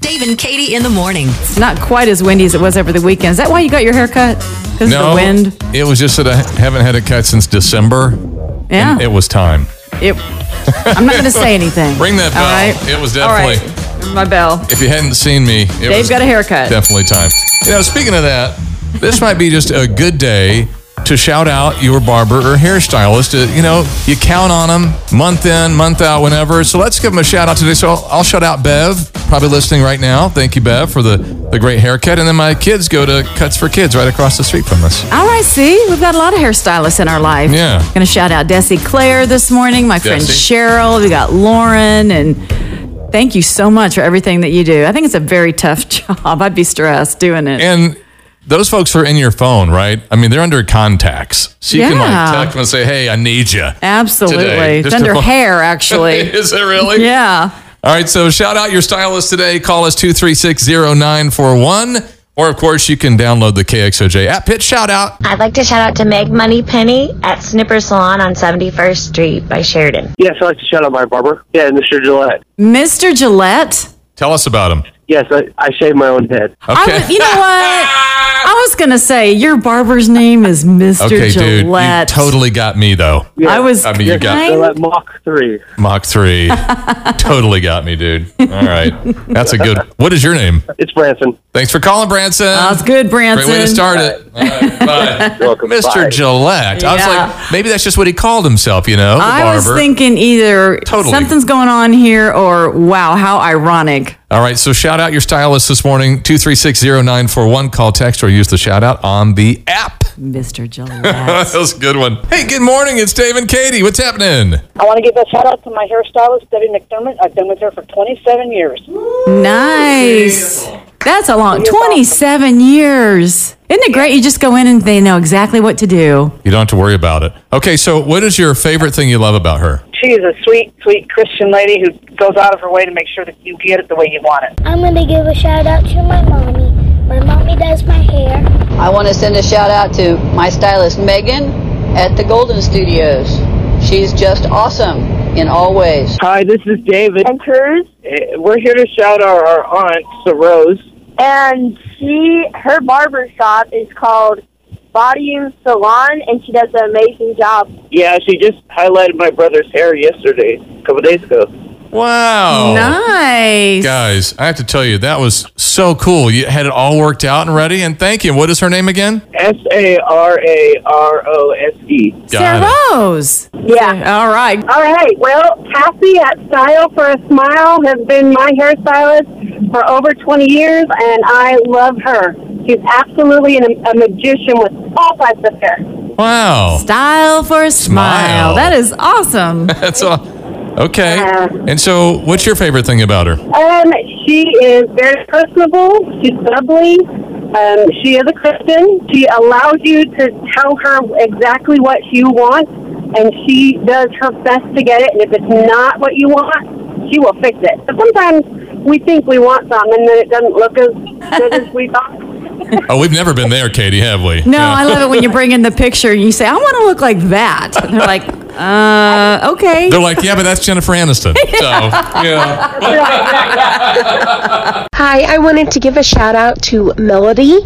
Dave and Katie in the morning. It's not quite as windy as it was over the weekend. Is that why you got your hair cut? Because of the wind? It was just that I haven't had a cut since December. Yeah. And it was time. It, I'm not going to say anything. Ring that bell. It was All right. My bell. If you hadn't seen me, it Dave was got a haircut. Definitely time. You know, speaking of that, this might be just a good day to shout out your barber or hairstylist. Uh, you know, you count on them month in, month out, whenever. So let's give them a shout out today. So I'll, I'll shout out Bev, probably listening right now. Thank you, Bev, for the, the great haircut. And then my kids go to Cuts for Kids right across the street from us. All right, see, we've got a lot of hairstylists in our life. Yeah. Gonna shout out Desi Claire this morning, my friend Desi. Cheryl. We got Lauren, and thank you so much for everything that you do. I think it's a very tough job. I'd be stressed doing it. And those folks are in your phone, right? I mean, they're under contacts. So you can Yeah. like text them and say, hey, I need you. Absolutely. Today, It's just under to- hair, actually. Is it really? yeah. All right, so shout out your stylist today. Call us 2360941. Or, of course, you can download the KXOJ app. Hit shout out. I'd like to shout out to Meg Money Penny at Snipper Salon on 71st Street by Sheridan. Yes, I'd like to shout out my barber. Yeah, Mr. Gillette. Mr. Gillette. Tell us about him. Yes, I, I shave my own head. I was, you know what? I was gonna say your barber's name is Mr. okay, dude. You Gillette. totally got me, though. I was. I mean, you got- kind- Gillette Mach 3. Mach 3. totally got me, dude. All right. That's a good What is your name? It's Branson. Thanks for calling, Branson. That's good, Branson. Great way to start it. All right, bye. Welcome. Mr. Gillette. I was Yeah. like, maybe that's just what he called himself, you know? the I was barber. thinking either Totally. something's going on here or wow, how ironic. All right, so shout out your stylist this morning, 2360941. Call, text, or use the shout out on the app. Mr. Gillette. that was a good one. Hey, good morning. It's Dave and Katie. What's happening? I want to give a shout out to my hairstylist, Debbie McDermott. I've been with her for 27 years. nice. That's a long 27 years. Isn't it great? You just go in and they know exactly what to do. You don't have to worry about it. Okay, so what is your favorite thing you love about her? She is a sweet, sweet Christian lady who goes out of her way to make sure that you get it the way you want it. I'm going to give a shout out to my mommy. My mommy does my hair. I want to send a shout out to my stylist Megan at the Golden Studios. She's just awesome in all ways. Hi, this is David. and hers, Uh, We're here to shout out our aunt, Sir Rose. and she her barber shop is called Body Salon, and she does an amazing job. Yeah, she just highlighted my brother's hair yesterday, a couple days ago. Wow. Nice. Guys, I have to tell you, that was so cool. You had it all worked out and ready, and thank you. What is her name again? S A R A R O S E. Got Sarah it. Rose. Yeah. All right. All right. Well, Cassie at Style for a Smile has been my hairstylist for over 20 years, and I love her. She's absolutely an, a magician with all types of hair. Wow. Style for a smile. Smile. That is awesome. That's all. Okay. Uh, And so, what's your favorite thing about her? Um, she is very personable. She's bubbly. Um, she is a Christian. She allows you to tell her exactly what you want, and she does her best to get it. And if it's not what you want, she will fix it. But sometimes we think we want something, and then it doesn't look as good as we thought. Oh, we've never been there, Katie, have we? No, I love it when you bring in the picture and you say, I want to look like that. And they're like, uh, okay. They're like, yeah, but that's Jennifer Aniston. So, yeah. Hi, I wanted to give a shout out to Melody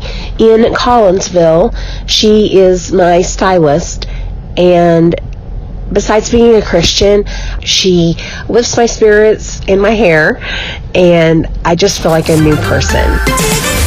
in Collinsville. She is my stylist, and besides being a Christian, she lifts my spirits in my hair, and I just feel like a new person. Dave and